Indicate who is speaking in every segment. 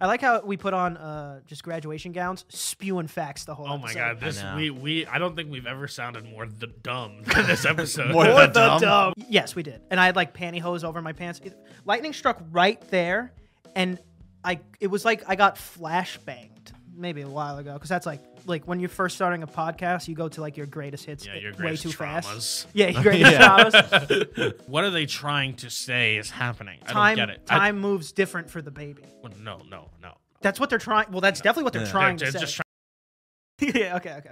Speaker 1: I like how we put on uh, just graduation gowns, spewing facts the whole.
Speaker 2: Oh my
Speaker 1: episode.
Speaker 2: god, this
Speaker 3: know.
Speaker 2: we we I don't think we've ever sounded more the dumb than this episode.
Speaker 3: More
Speaker 2: Or
Speaker 3: the dumb.
Speaker 1: Y- Yes, we did. And I had like pantyhose over my pants. It- lightning struck right there, and I it was like I got flashbanged maybe a while ago because that's like like when you're first starting a podcast, you go to like your greatest hits
Speaker 2: Yeah, your
Speaker 1: way
Speaker 2: greatest
Speaker 1: too
Speaker 2: traumas.
Speaker 1: fast. Yeah, your greatest
Speaker 3: Yeah.
Speaker 1: traumas.
Speaker 2: what are they trying to say is happening? I
Speaker 1: Time
Speaker 2: don't get it. I-
Speaker 1: time moves different for the baby.
Speaker 2: well, no, no, no.
Speaker 1: That's what they're trying. Well, that's definitely what they're trying
Speaker 2: They're
Speaker 1: to say.
Speaker 2: just trying.
Speaker 1: yeah, okay, okay.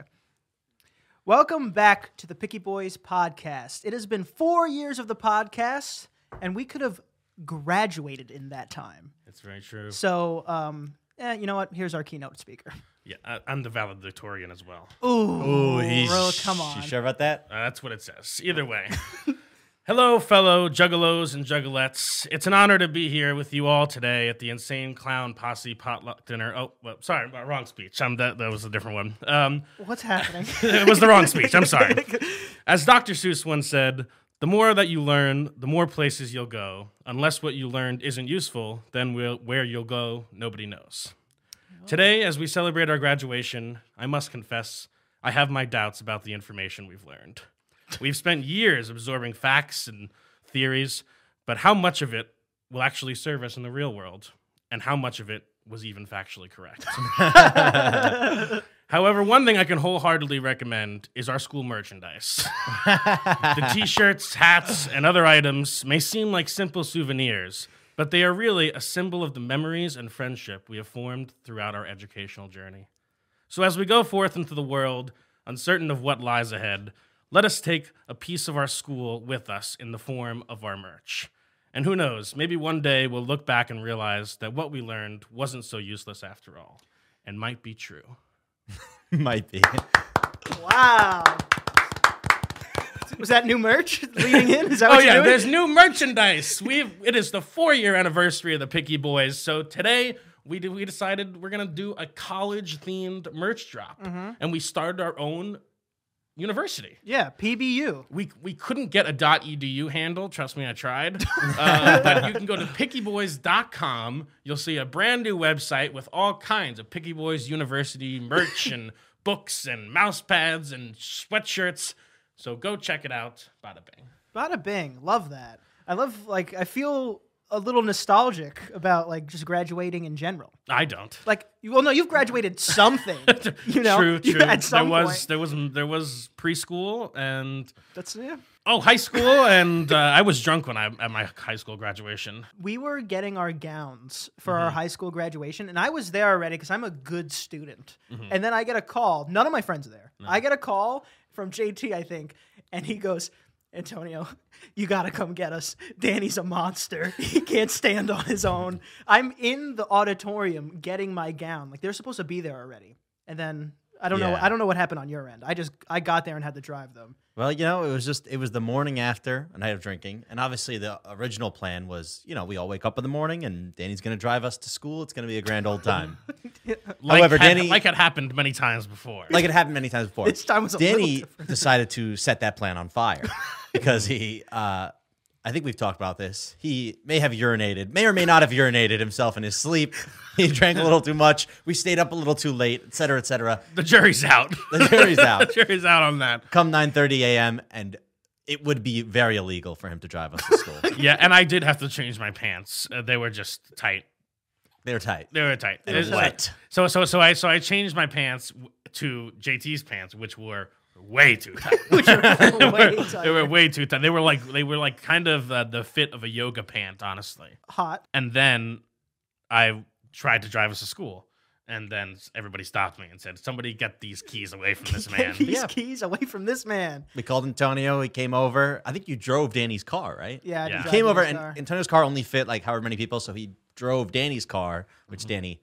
Speaker 1: Welcome back to the Picky Boys podcast. It has been four years of the podcast, and we could have graduated in that time.
Speaker 2: It's very true.
Speaker 1: So, um, eh, you know what? Here's our keynote speaker.
Speaker 2: Yeah, I, I'm the valedictorian as well.
Speaker 1: Ooh,
Speaker 3: Ooh, he's,
Speaker 1: bro, come on.
Speaker 3: You sure about that?
Speaker 2: Uh, that's what it says. Either way. Hello, fellow juggalos and juggalettes. It's an honor to be here with you all today at the Insane Clown Posse Potluck Dinner. Oh, well, sorry, wrong speech. Um, that, that was a different one. Um,
Speaker 1: What's happening?
Speaker 2: it was the wrong speech. I'm sorry. As Dr. Seuss once said, the more that you learn, the more places you'll go. Unless what you learned isn't useful, then we'll, where you'll go, nobody knows. Today, as we celebrate our graduation, I must confess I have my doubts about the information we've learned. We've spent years absorbing facts and theories, but how much of it will actually serve us in the real world, and how much of it was even factually correct? However, one thing I can wholeheartedly recommend is our school merchandise. the t shirts, hats, and other items may seem like simple souvenirs, but they are really a symbol of the memories and friendship we have formed throughout our educational journey. So, as we go forth into the world, uncertain of what lies ahead, let us take a piece of our school with us in the form of our merch. And who knows, maybe one day we'll look back and realize that what we learned wasn't so useless after all, and might be true.
Speaker 3: Might be.
Speaker 1: wow. Was that new merch leading in? Is that
Speaker 2: Oh
Speaker 1: what you're
Speaker 2: yeah,
Speaker 1: doing?
Speaker 2: there's new merchandise. We've it is the four year anniversary of the Picky Boys, so today we did, we decided we're gonna do a college themed merch drop,
Speaker 1: Mm-hmm.
Speaker 2: and we started our own university.
Speaker 1: yeah, PBU.
Speaker 2: We, we couldn't get a .edu handle. Trust me, I tried. Uh, but you can go to pickyboys.com. You'll see a brand new website with all kinds of Picky Boys University merch and books and mouse pads and sweatshirts. So go check it out. Bada bing.
Speaker 1: Bada bing. Love that. I love, like, I feel a little nostalgic about, like, just graduating in general.
Speaker 2: I don't.
Speaker 1: Like, you, well, no, you've graduated something. you know?
Speaker 2: true,
Speaker 1: You-
Speaker 2: true.
Speaker 1: At some
Speaker 2: there was
Speaker 1: point.
Speaker 2: there was there was preschool and
Speaker 1: That's, yeah.
Speaker 2: oh high school and uh, I was drunk when I at my high school graduation.
Speaker 1: we were getting our gowns for
Speaker 2: Mm-hmm.
Speaker 1: our high school graduation, and I was there already because I'm a good student.
Speaker 2: Mm-hmm.
Speaker 1: And then I get a call. None of my friends are there. I get a call from JT, I think, and he goes, Antonio, you gotta come get us. Danny's a monster. He can't stand on his own. I'm in the auditorium getting my gown. Like they're supposed to be there already. And then I don't know.
Speaker 3: Yeah.
Speaker 1: I don't know what happened on your end. I just I got there and had to drive them.
Speaker 3: Well, you know, it was just it was the morning after a night of drinking, and obviously the original plan was, you know, we all wake up in the morning and Danny's going to drive us to school. It's going to be a grand old time.
Speaker 2: Like
Speaker 3: However,
Speaker 2: had-
Speaker 3: Danny-
Speaker 2: like had happened many times before.
Speaker 3: like it happened many times before.
Speaker 1: This time was a little
Speaker 3: Danny decided to set that plan on fire because he, uh, I think we've talked about this. He may have urinated, may or may not have urinated himself in his sleep. He drank a little too much. We stayed up a little too late, et cetera, et cetera.
Speaker 2: the jury's out.
Speaker 3: The jury's out.
Speaker 2: the jury's out on that.
Speaker 3: Come 9:30 a.m. and it would be very illegal for him to drive us to school.
Speaker 2: Yeah, and I did have to change my pants. Uh, they were just tight.
Speaker 3: They're tight.
Speaker 2: They were tight.
Speaker 3: They were
Speaker 2: So-
Speaker 3: wet.
Speaker 2: So so so I so I changed my pants w- to JT's pants, which were way too tight.
Speaker 1: Way
Speaker 2: they were
Speaker 1: tired.
Speaker 2: way too tight. They were like they were like kind of uh, the fit of a yoga pant, honestly.
Speaker 1: Hot.
Speaker 2: And then I tried to drive us to school. And then everybody stopped me and said, Somebody get these keys away from this man.
Speaker 1: Get these
Speaker 3: Yeah.
Speaker 1: keys away from this man.
Speaker 3: We called Antonio. He came over. I think you drove Danny's car, right?
Speaker 1: Yeah, I
Speaker 2: Yeah.
Speaker 1: did
Speaker 2: He
Speaker 1: drive
Speaker 3: came
Speaker 1: in
Speaker 3: over
Speaker 1: his
Speaker 3: and
Speaker 1: car.
Speaker 3: Antonio's car only fit like however
Speaker 1: Mm-hmm.
Speaker 3: many people, so he drove Danny's car, which Danny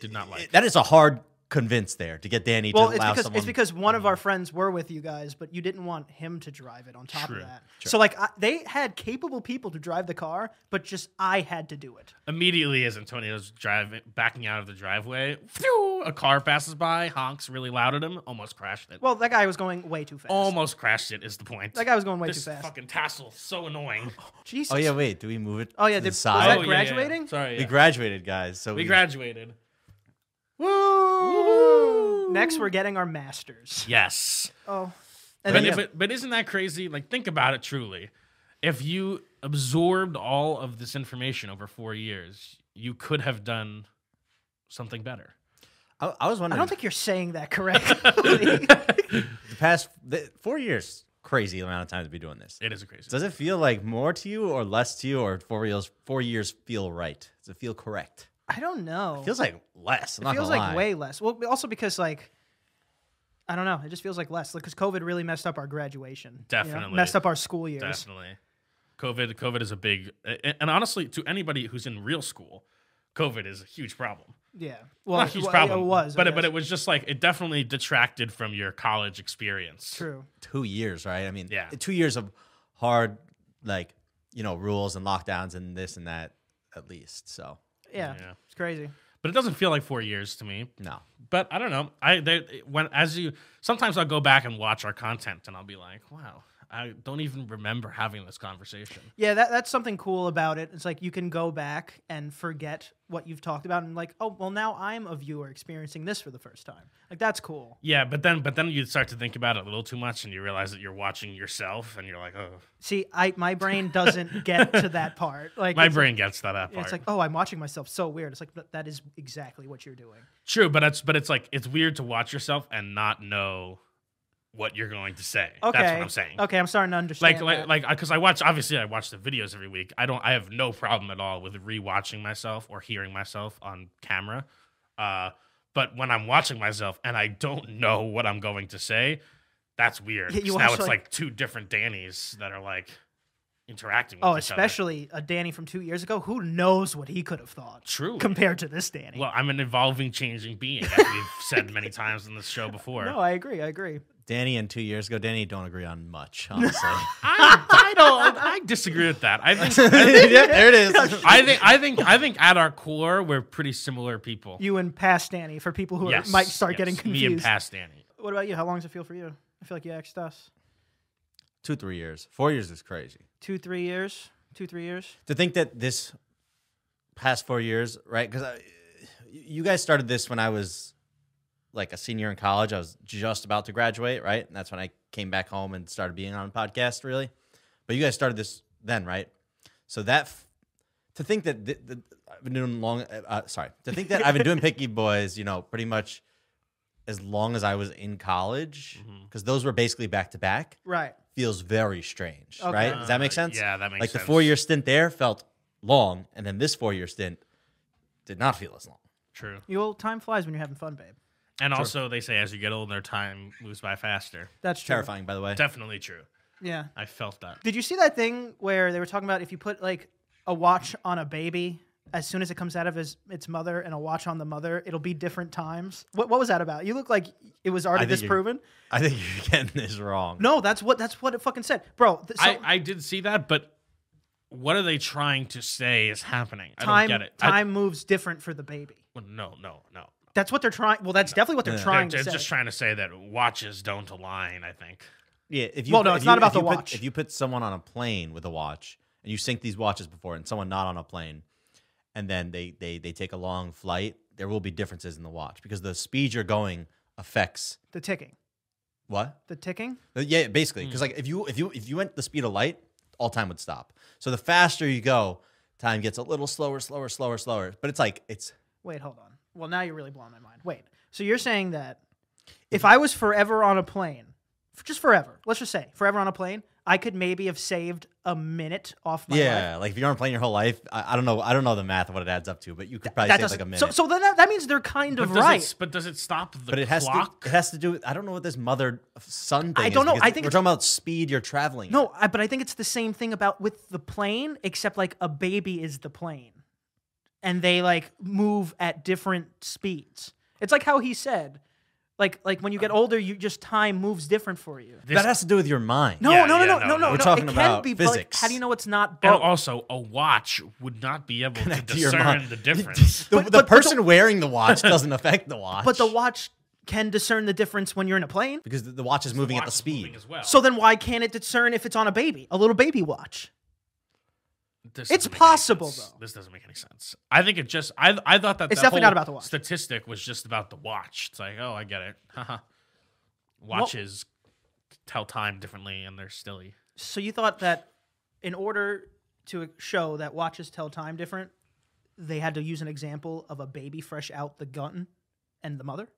Speaker 2: Did not like.
Speaker 3: that is a hard convinced there to get Danny
Speaker 1: Well,
Speaker 3: to
Speaker 1: it's
Speaker 3: allow
Speaker 1: because
Speaker 3: someone.
Speaker 1: it's because one of our
Speaker 3: Mm-hmm.
Speaker 1: friends were with you guys, but you didn't want him to drive it. On top
Speaker 2: True.
Speaker 1: of that, so like I, they had capable people to drive the car, but just I had to do it.
Speaker 2: Immediately, as Antonio's driving, backing out of the driveway, phew, a car passes by, honks really loud at him, almost crashed it.
Speaker 1: Well, that guy was going way too fast.
Speaker 3: Oh
Speaker 2: almost crashed it is the point.
Speaker 1: that guy was going way
Speaker 2: this
Speaker 1: too fast.
Speaker 2: fucking tassel, so annoying.
Speaker 1: Jesus.
Speaker 3: oh yeah, wait. Do we move it?
Speaker 1: Oh, yeah,
Speaker 3: to the
Speaker 1: did- was
Speaker 3: side?
Speaker 1: that
Speaker 2: yeah,
Speaker 1: graduating?
Speaker 2: Sorry,
Speaker 3: We
Speaker 2: yeah.
Speaker 3: graduated, guys. So
Speaker 2: we graduated.
Speaker 1: Woo! Next, we're getting our masters.
Speaker 2: Yes.
Speaker 1: Oh, and
Speaker 2: But,
Speaker 1: then,
Speaker 2: but, but isn't that crazy? Like, think about it truly. If you absorbed all of this information over four years, you could have done something better.
Speaker 3: I, I was
Speaker 1: I
Speaker 3: wondering.
Speaker 1: don't think you're saying that correctly.
Speaker 3: the past the, four years, crazy amount of time to be doing this.
Speaker 2: It is crazy.
Speaker 3: Does it feel like more to you or less to you, or four years? Four years feel right? Does it feel correct?
Speaker 1: I don't know.
Speaker 3: Feels like less. I'm
Speaker 1: it
Speaker 3: not
Speaker 1: feels
Speaker 3: gonna
Speaker 1: like
Speaker 3: lie.
Speaker 1: way less. Well, also because like I don't know, it just feels like less. Because COVID really messed up our graduation. you know?
Speaker 2: Definitely.
Speaker 1: messed up our school years.
Speaker 2: Definitely. COVID, COVID is a big, and and honestly, to anybody who's in real school, COVID is a huge problem.
Speaker 1: Yeah. Well,
Speaker 2: Not a huge
Speaker 1: well,
Speaker 2: problem.
Speaker 1: It was,
Speaker 2: but
Speaker 1: I
Speaker 2: it, but
Speaker 1: guess.
Speaker 2: it was just like it definitely detracted from your college experience.
Speaker 1: true.
Speaker 3: two years, right? I mean,
Speaker 2: Yeah.
Speaker 3: two years of hard, like you know, rules and lockdowns and this and that, at least. So
Speaker 1: Yeah,
Speaker 2: Yeah.
Speaker 1: it's crazy.
Speaker 2: But it doesn't feel like four years to me.
Speaker 3: no,
Speaker 2: But I don't know. I they, when as you sometimes I'll go back and watch our content and I'll be like, wow, I don't even remember having this conversation.
Speaker 1: Yeah, that, that's something cool about it. It's like you can go back and forget what you've talked about, and like, oh, well, now I'm a viewer experiencing this for the first time. Like that's cool.
Speaker 2: Yeah, but then but then you start to think about it a little too much and you realize that you're watching yourself and you're like, oh,
Speaker 1: See, I my brain doesn't get to that part. Like
Speaker 2: my
Speaker 1: it's
Speaker 2: brain gets that, that
Speaker 1: Like,
Speaker 2: part.
Speaker 1: it's like, oh, I'm watching myself. So weird. It's like but that is exactly what you're doing.
Speaker 2: True, but it's but it's like it's weird to watch yourself and not know what you're going to say.
Speaker 1: Okay,
Speaker 2: That's what I'm saying.
Speaker 1: Okay, I'm starting to understand.
Speaker 2: Like, like,
Speaker 1: that.
Speaker 2: like, because I watch. Obviously, I watch the videos every week. I don't. I have no problem at all with rewatching myself or hearing myself on camera. Uh, but when I'm watching myself and I don't know what I'm going to say, that's weird.
Speaker 1: Yeah, you
Speaker 2: 'Cause now
Speaker 1: watch,
Speaker 2: it's like,
Speaker 1: like-
Speaker 2: two different Dannies that are like interacting. With
Speaker 1: Oh,
Speaker 2: each other.
Speaker 1: especially a Danny from two years ago. Who knows what he could have thought?
Speaker 2: Truly.
Speaker 1: Compared to this Danny.
Speaker 2: Well, I'm an evolving, changing being, as we've said many times in this show before.
Speaker 1: no, I agree. I agree.
Speaker 3: Danny and two years ago, Danny don't agree on much, honestly.
Speaker 2: I, I don't. I disagree with that. I think.
Speaker 3: yep, there it is.
Speaker 2: I think. I think. I think. At our core, we're pretty similar people.
Speaker 1: You and past Danny for people who are,
Speaker 2: Yes,
Speaker 1: might start
Speaker 2: yes.
Speaker 1: getting confused.
Speaker 2: Me and past Danny.
Speaker 1: What about you? How long does it feel for you? I feel like you asked us.
Speaker 3: Two, three years, four years is crazy.
Speaker 1: Two, three years. Two, three years.
Speaker 3: To think that this past four years, right? Because you guys started this when I was like a senior in college. I was just about to graduate, right? And that's when I came back home and started being on a podcast, really. But you guys started this then, right? So that f- to think that th- th- I've been doing long. Uh, sorry, to think that I've been doing Picky Boys, you know, pretty much as long as I was in college, because those were basically back to back.
Speaker 1: Right.
Speaker 3: Feels very strange,
Speaker 1: Okay.
Speaker 3: right? Does that make
Speaker 2: Uh,
Speaker 3: sense?
Speaker 2: yeah, that makes
Speaker 3: like
Speaker 2: sense.
Speaker 3: the four year stint there felt long, and then this four year stint did not feel as long.
Speaker 2: True.
Speaker 1: You well, time flies when you're having fun, babe.
Speaker 2: And also, they say as you get older, time moves by faster.
Speaker 1: That's true.
Speaker 3: Terrifying, by the way.
Speaker 2: Definitely true.
Speaker 1: Yeah.
Speaker 2: I felt that.
Speaker 1: Did you see that thing where they were talking about if you put like a watch on a baby, as soon as it comes out of his, its mother and a watch on the mother, it'll be different times? What, what was that about? You look like it was already
Speaker 3: I think you're-
Speaker 1: disproven.
Speaker 3: I think you're getting this wrong.
Speaker 1: No, that's what that's what it fucking said, bro. Th- so,
Speaker 2: I, I did see that, but what are they trying to say is happening? I
Speaker 1: time
Speaker 2: don't get it. I-
Speaker 1: time moves different for the baby.
Speaker 2: well, no, no, no.
Speaker 1: That's what they're trying. Well, that's definitely what they're
Speaker 3: Yeah.
Speaker 1: trying
Speaker 2: They're
Speaker 1: to say.
Speaker 2: just trying to say that watches don't align. I think.
Speaker 3: Yeah, if you
Speaker 1: Well, no,
Speaker 3: if
Speaker 1: it's
Speaker 3: you-
Speaker 1: not about
Speaker 3: if you
Speaker 1: the
Speaker 3: put-
Speaker 1: watch.
Speaker 3: If you put someone on a plane with a watch and you sync these watches before, and someone not on a plane, and then they they they take a long flight, there will be differences in the watch because the speed you're going affects
Speaker 1: the ticking,
Speaker 3: what?
Speaker 1: the ticking.
Speaker 3: Uh, Yeah, basically,
Speaker 1: Hmm.
Speaker 3: because like if you if you if you went the speed of light, all time would stop. So the faster you go, time gets a little slower, slower, slower, slower. But it's like it's
Speaker 1: Wait, hold on. Well, now you're really blowing my mind. Wait. So you're saying that if I was forever on a plane, f- just forever, let's just say forever on a plane, I could maybe have saved a minute off my life.
Speaker 3: yeah, like if you're on a plane your whole life, I, I don't know, I don't know the math of what it adds up to, but you could probably
Speaker 1: That
Speaker 3: save like
Speaker 1: doesn't.
Speaker 3: a minute.
Speaker 1: so, so then that, that means they're kind
Speaker 2: But
Speaker 1: of
Speaker 2: does
Speaker 1: right.
Speaker 2: It, but does it stop the
Speaker 3: but it has
Speaker 2: clock?
Speaker 3: to it has to do with I don't know what this mother son thing.
Speaker 1: I
Speaker 3: is
Speaker 1: don't know.
Speaker 3: because
Speaker 1: I think
Speaker 3: we're
Speaker 1: it's-
Speaker 3: talking about speed you're traveling.
Speaker 1: No, I, but I think it's the same thing about with the plane, except like a baby is the plane, and they like move at different speeds. It's like how he said, like like when you get older, you just time moves different for you.
Speaker 2: This-
Speaker 3: that has to do with your mind.
Speaker 1: No,
Speaker 2: Yeah,
Speaker 1: no, no,
Speaker 2: yeah,
Speaker 1: no,
Speaker 2: no,
Speaker 1: no,
Speaker 2: no.
Speaker 1: no,
Speaker 2: We're
Speaker 1: no.
Speaker 3: talking
Speaker 1: it can
Speaker 3: about
Speaker 1: be, but, like,
Speaker 3: physics.
Speaker 1: how do you know it's not
Speaker 2: And
Speaker 1: both?
Speaker 2: also, a watch would not be able to
Speaker 3: to your
Speaker 2: discern
Speaker 3: mind.
Speaker 2: the difference.
Speaker 3: The,
Speaker 1: But-
Speaker 3: the
Speaker 1: but- but
Speaker 3: person
Speaker 1: the-
Speaker 3: wearing the watch doesn't affect the watch.
Speaker 1: but the watch can discern the difference when you're in a plane.
Speaker 3: because the- the watch is moving at the
Speaker 2: Watch is moving
Speaker 3: speed.
Speaker 2: as well.
Speaker 1: So then why can't it discern if it's on a baby, a little baby watch?
Speaker 2: This
Speaker 1: It's
Speaker 2: doesn't make any
Speaker 1: possible,
Speaker 2: sense.
Speaker 1: though.
Speaker 2: This doesn't make any sense. I think it just. I I thought that
Speaker 1: It's
Speaker 2: that
Speaker 1: definitely not
Speaker 2: whole
Speaker 1: about the watch.
Speaker 2: Statistic was just about the watch. It's like, oh, I get it. Haha. Watches tell time differently, and they're silly.
Speaker 1: So you thought that in order to show that watches tell time different, they had to use an example of a baby fresh out the gun and the mother?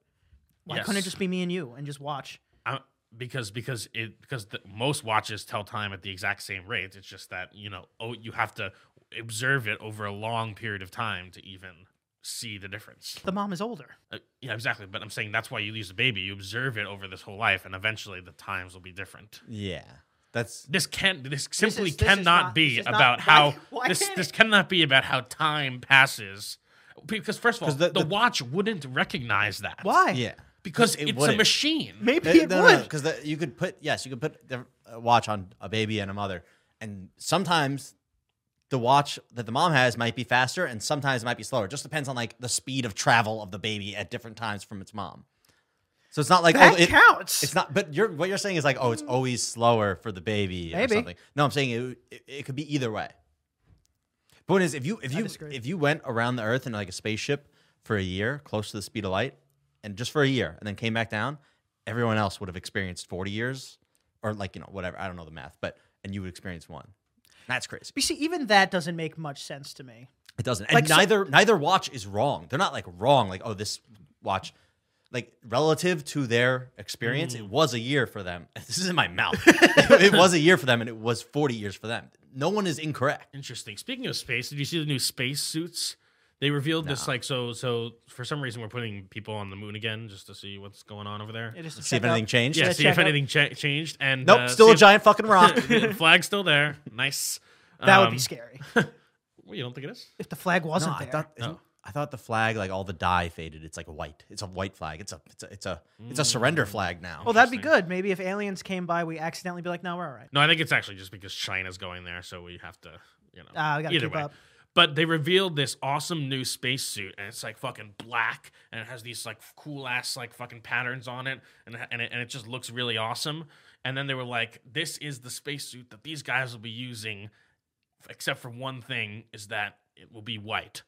Speaker 1: Why couldn't it
Speaker 2: Yes.
Speaker 1: just be me and you and just watch?
Speaker 2: I, because because it because the, most watches tell time at the exact same rate. It's just that you know oh you have to observe it over a long period of time to even see the difference.
Speaker 1: The mom is older.
Speaker 2: Uh, yeah, exactly. But I'm saying that's why you lose the baby. You observe it over this whole life, and eventually the times will be different.
Speaker 3: Yeah, that's
Speaker 2: This can this simply
Speaker 1: is- this is
Speaker 2: cannot
Speaker 1: not-
Speaker 2: be
Speaker 1: this is not-
Speaker 2: about
Speaker 1: why-
Speaker 2: how
Speaker 1: why
Speaker 2: this
Speaker 1: can't
Speaker 2: this
Speaker 1: it?
Speaker 2: cannot be about how time passes. Because first of all,
Speaker 3: 'Cause the-
Speaker 2: the,
Speaker 3: the-
Speaker 2: watch wouldn't recognize that.
Speaker 1: Why?
Speaker 3: yeah.
Speaker 2: Because
Speaker 3: It
Speaker 2: it's a
Speaker 3: wouldn't.
Speaker 2: machine.
Speaker 1: Maybe
Speaker 3: It,
Speaker 1: it would.
Speaker 3: because you could put yes, you could put the a watch on a baby and a mother, and sometimes the watch that the mom has might be faster, and sometimes it might be slower. It just depends on like the speed of travel of the baby at different times from its mom. So it's not like
Speaker 1: That
Speaker 3: oh, it,
Speaker 1: counts.
Speaker 3: It's not, but you're what you're saying is like, oh, it's always slower for the baby
Speaker 1: Maybe.
Speaker 3: or something. No, I'm saying it, it, it could be either way. Point is, if you if you
Speaker 1: disagree.
Speaker 3: if you went around the Earth in like a spaceship for a year, close to the speed of light, and just for a year, and then came back down, everyone else would have experienced 40 years, or like you know whatever. I don't know the math, but and you would experience one. That's crazy.
Speaker 1: You see, even that doesn't make much sense to me.
Speaker 3: It doesn't. And
Speaker 1: Like, so-
Speaker 3: neither neither watch is wrong. They're not like wrong. Like oh, this watch, like relative to their experience, it was a year for them. This is in my mouth. it was a year for them, and it was forty years for them. No one is incorrect.
Speaker 2: Interesting. Speaking of space, did you see the new space suits? They revealed this like so so for some reason we're putting people on the moon again just to see what's going on over there.
Speaker 1: It is to
Speaker 3: See if
Speaker 1: check out-
Speaker 3: anything changed.
Speaker 2: yeah,
Speaker 1: Yeah,
Speaker 2: see
Speaker 1: check
Speaker 2: if
Speaker 1: out-
Speaker 2: anything cha- changed and
Speaker 3: Nope.
Speaker 2: uh,
Speaker 3: still
Speaker 2: see
Speaker 3: a giant fucking rock.
Speaker 2: if- the flag's still there. Nice.
Speaker 1: That would
Speaker 2: Um,
Speaker 1: be scary
Speaker 2: Well, you don't think it is?
Speaker 1: if the flag
Speaker 3: no,
Speaker 1: wasn't
Speaker 3: I
Speaker 1: there.
Speaker 3: thought. isn't- I thought the flag, like all the dye faded. It's like a white. It's a white flag. It's a it's a it's a it's a surrender flag now.
Speaker 1: well, that'd be good. Maybe if aliens came by, we accidentally be like, "No, we're all right."
Speaker 2: No, I think it's actually just because China's going there, so we have to, you know.
Speaker 1: Ah, we gotta
Speaker 2: either
Speaker 1: keep
Speaker 2: way.
Speaker 1: up.
Speaker 2: But they revealed this awesome new spacesuit, and it's like fucking black, and it has these like cool ass like fucking patterns on it, and and it, and it just looks really awesome. And then they were like, "This is the spacesuit that these guys will be using, except for one thing is that it will be white."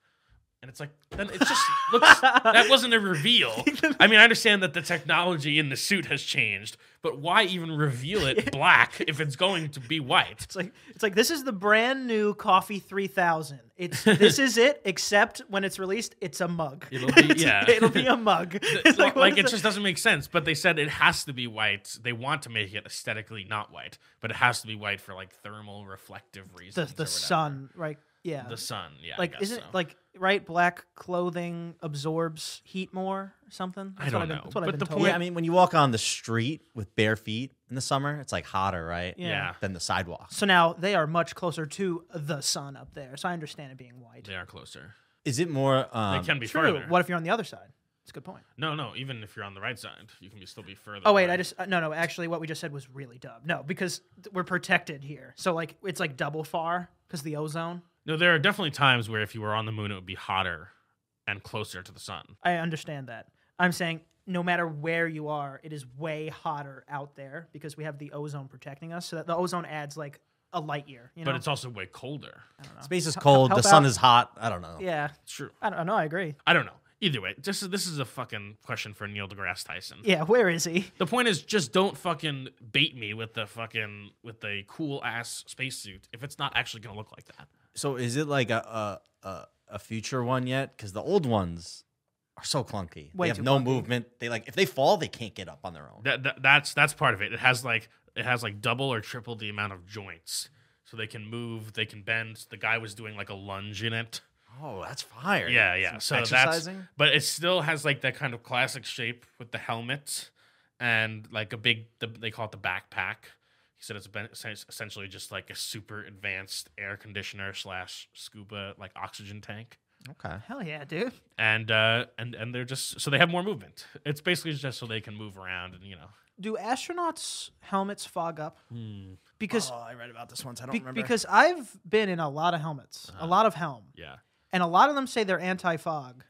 Speaker 2: And it's like, then it just looks. That wasn't a reveal. I mean, I understand that the technology in the suit has changed, but why even reveal it black if it's going to be white?
Speaker 1: It's like it's like this is the brand new Coffee 3000. It's this is it, except when it's released, it's a mug.
Speaker 2: It'll be-
Speaker 1: It's-
Speaker 2: yeah.
Speaker 1: it'll be a mug. It's like,
Speaker 2: like,
Speaker 1: what is
Speaker 2: it
Speaker 1: that?
Speaker 2: just doesn't make sense. But they said it has to be white. They want to make it aesthetically not white, but it has to be white for like thermal reflective
Speaker 1: the
Speaker 2: reasons. or
Speaker 1: the
Speaker 2: whatever.
Speaker 1: sun, right? Yeah,
Speaker 2: The sun. Yeah. I
Speaker 1: like
Speaker 2: guess
Speaker 1: isn't
Speaker 2: so.
Speaker 1: like right? Black clothing absorbs heat more, or something.
Speaker 2: I
Speaker 1: That's what
Speaker 2: don't
Speaker 1: I've been-
Speaker 2: know,
Speaker 1: That's what
Speaker 2: but
Speaker 1: I've been
Speaker 2: the
Speaker 1: told.
Speaker 2: point-
Speaker 3: Yeah, I mean, when you walk on the street with bare feet in the summer, it's like hotter, right?
Speaker 1: Yeah.
Speaker 2: yeah,
Speaker 3: Than the sidewalk.
Speaker 1: so now they are much closer to the sun up there, so I understand it being white.
Speaker 2: they are closer.
Speaker 3: Is it more? Um,
Speaker 2: they can be
Speaker 1: True.
Speaker 2: further.
Speaker 1: What if you're on the other side? It's a good point.
Speaker 2: No, no. Even if you're on the right side, you can be still be further.
Speaker 1: Oh wait,
Speaker 2: away.
Speaker 1: I just uh, no no. Actually, what we just said was really dumb. No, because th- we're protected here, so like it's like double far because the ozone.
Speaker 2: no. There are definitely times where if you were on the moon, it would be hotter and closer to the sun.
Speaker 1: I understand that. I'm saying no matter where you are, it is way hotter out there because we have the ozone protecting us. So that the ozone adds like a light year. You know?
Speaker 2: But it's also way colder.
Speaker 3: Space is cold.
Speaker 1: help
Speaker 3: the sun
Speaker 1: out.
Speaker 3: is hot. I don't know.
Speaker 1: yeah.
Speaker 2: It's true.
Speaker 1: I don't know. I agree.
Speaker 2: I don't know. Either way, this is this is a fucking question for Neil deGrasse Tyson.
Speaker 1: Yeah. Where is he?
Speaker 2: The point is, just don't fucking bait me with the fucking with the cool ass spacesuit if it's not actually gonna look like that.
Speaker 3: So is it like a a, a, a future one yet? Because the old ones are so clunky.
Speaker 1: Way
Speaker 3: they have
Speaker 1: too
Speaker 3: no
Speaker 1: clunky.
Speaker 3: movement. They like if they fall, they can't get up on their own.
Speaker 2: That, that that's that's part of it. It has like it has like double or triple the amount of joints, so they can move, they can bend. The guy was doing like a lunge in it.
Speaker 3: Oh, that's fire.
Speaker 2: Yeah, yeah. So
Speaker 3: Some exercising.
Speaker 2: that's but it still has like that kind of classic shape with the helmet and like a big the, they call it the backpack. He said it's been essen- essentially just like a super advanced air conditioner slash scuba like oxygen tank.
Speaker 3: Okay.
Speaker 1: Hell yeah, dude.
Speaker 2: and uh, and and they're just so they have more movement. It's basically just so they can move around and you know.
Speaker 1: Do astronauts' helmets fog up?
Speaker 2: Hmm.
Speaker 1: Because
Speaker 4: Oh, I read about this once. I don't
Speaker 1: be-
Speaker 4: remember.
Speaker 1: because I've been in a lot of helmets,
Speaker 2: Uh-huh.
Speaker 1: a lot of helm,
Speaker 2: Yeah,
Speaker 1: and a lot of them say they're anti-fog.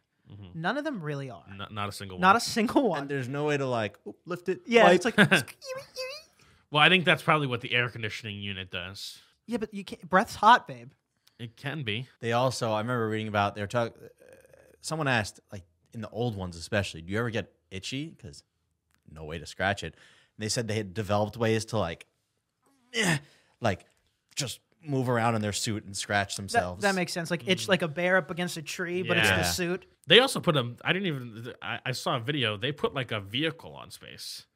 Speaker 1: None of them really are.
Speaker 2: not, not a single
Speaker 1: Not
Speaker 2: one.
Speaker 1: a single
Speaker 3: And
Speaker 1: one.
Speaker 3: there's no way to like oop, lift it.
Speaker 1: Yeah,
Speaker 3: wipe.
Speaker 1: it's like
Speaker 2: well, I think that's probably what the air conditioning unit does.
Speaker 1: yeah, but you can't. Breath's hot, babe.
Speaker 2: It can be.
Speaker 3: They also, I remember reading about they were talking. someone asked, like in the old ones especially, do you ever get itchy? Because no way to scratch it. And they said they had developed ways to like, eh, like just move around in their suit and scratch
Speaker 1: That,
Speaker 3: themselves.
Speaker 1: that makes sense. Like itch like a bear up against a tree, but it's
Speaker 2: Yeah.
Speaker 1: the suit.
Speaker 2: They also put a. I didn't even. I, I saw a video. They put like a vehicle on space.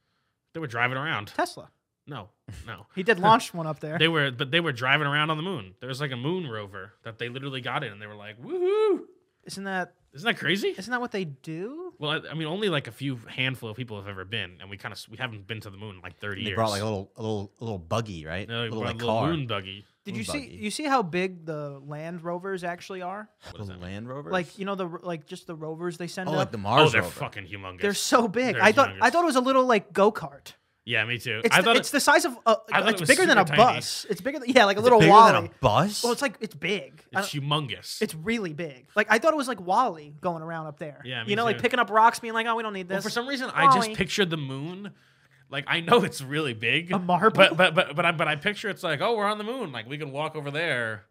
Speaker 2: They were driving around.
Speaker 1: Tesla.
Speaker 2: No, no.
Speaker 1: He did launch one up there.
Speaker 2: They were, but they were driving around on the moon. There was like a moon rover that they literally got in, and they were like, "Woohoo!
Speaker 1: Isn't that
Speaker 2: Isn't that crazy?"
Speaker 1: isn't that what they do?
Speaker 2: Well, I, I mean, only like a few handful of people have ever been, and we kind of we haven't been to the moon in like thirty
Speaker 3: And they
Speaker 2: years.
Speaker 3: brought like a little, a little, a little buggy, right?
Speaker 2: No,
Speaker 3: a
Speaker 2: they
Speaker 3: little
Speaker 2: brought
Speaker 3: like
Speaker 2: a little
Speaker 3: car,
Speaker 2: moon buggy.
Speaker 1: Did
Speaker 3: Moon
Speaker 1: you see
Speaker 3: buggy.
Speaker 1: you see how big the Land Rovers actually are?
Speaker 3: the Land Rover,
Speaker 1: Like you know the r- like just the rovers they send
Speaker 3: oh,
Speaker 1: up.
Speaker 3: like the
Speaker 2: Oh,
Speaker 3: Mars
Speaker 2: they're
Speaker 3: Rover.
Speaker 2: fucking humongous.
Speaker 1: They're so big.
Speaker 2: They're
Speaker 1: I thought I
Speaker 2: humongous.
Speaker 1: thought it was a little like go kart.
Speaker 2: yeah, me too.
Speaker 1: It's
Speaker 2: I
Speaker 1: the,
Speaker 2: thought
Speaker 1: it's the size of a,
Speaker 2: I thought it
Speaker 1: it's
Speaker 2: was
Speaker 1: bigger than a
Speaker 2: super tiny.
Speaker 1: bus. It's bigger than yeah, like a
Speaker 3: Is it
Speaker 1: little
Speaker 3: bigger
Speaker 1: Wally.
Speaker 3: than a bus.
Speaker 1: Well, it's like it's big. I
Speaker 2: it's
Speaker 3: uh,
Speaker 1: don't-
Speaker 2: humongous.
Speaker 1: It's really big. Like I thought it was like Wally going around up there.
Speaker 2: Yeah, me
Speaker 1: you know, like
Speaker 2: too.
Speaker 1: picking up rocks, being like, oh, we don't need this.
Speaker 2: well, for some reason, I just
Speaker 1: Wally.
Speaker 2: pictured the moon. Like I know it's really big,
Speaker 1: A marble?
Speaker 2: But but but but I, but I picture it's like, oh, we're on the moon. Like we can walk over there,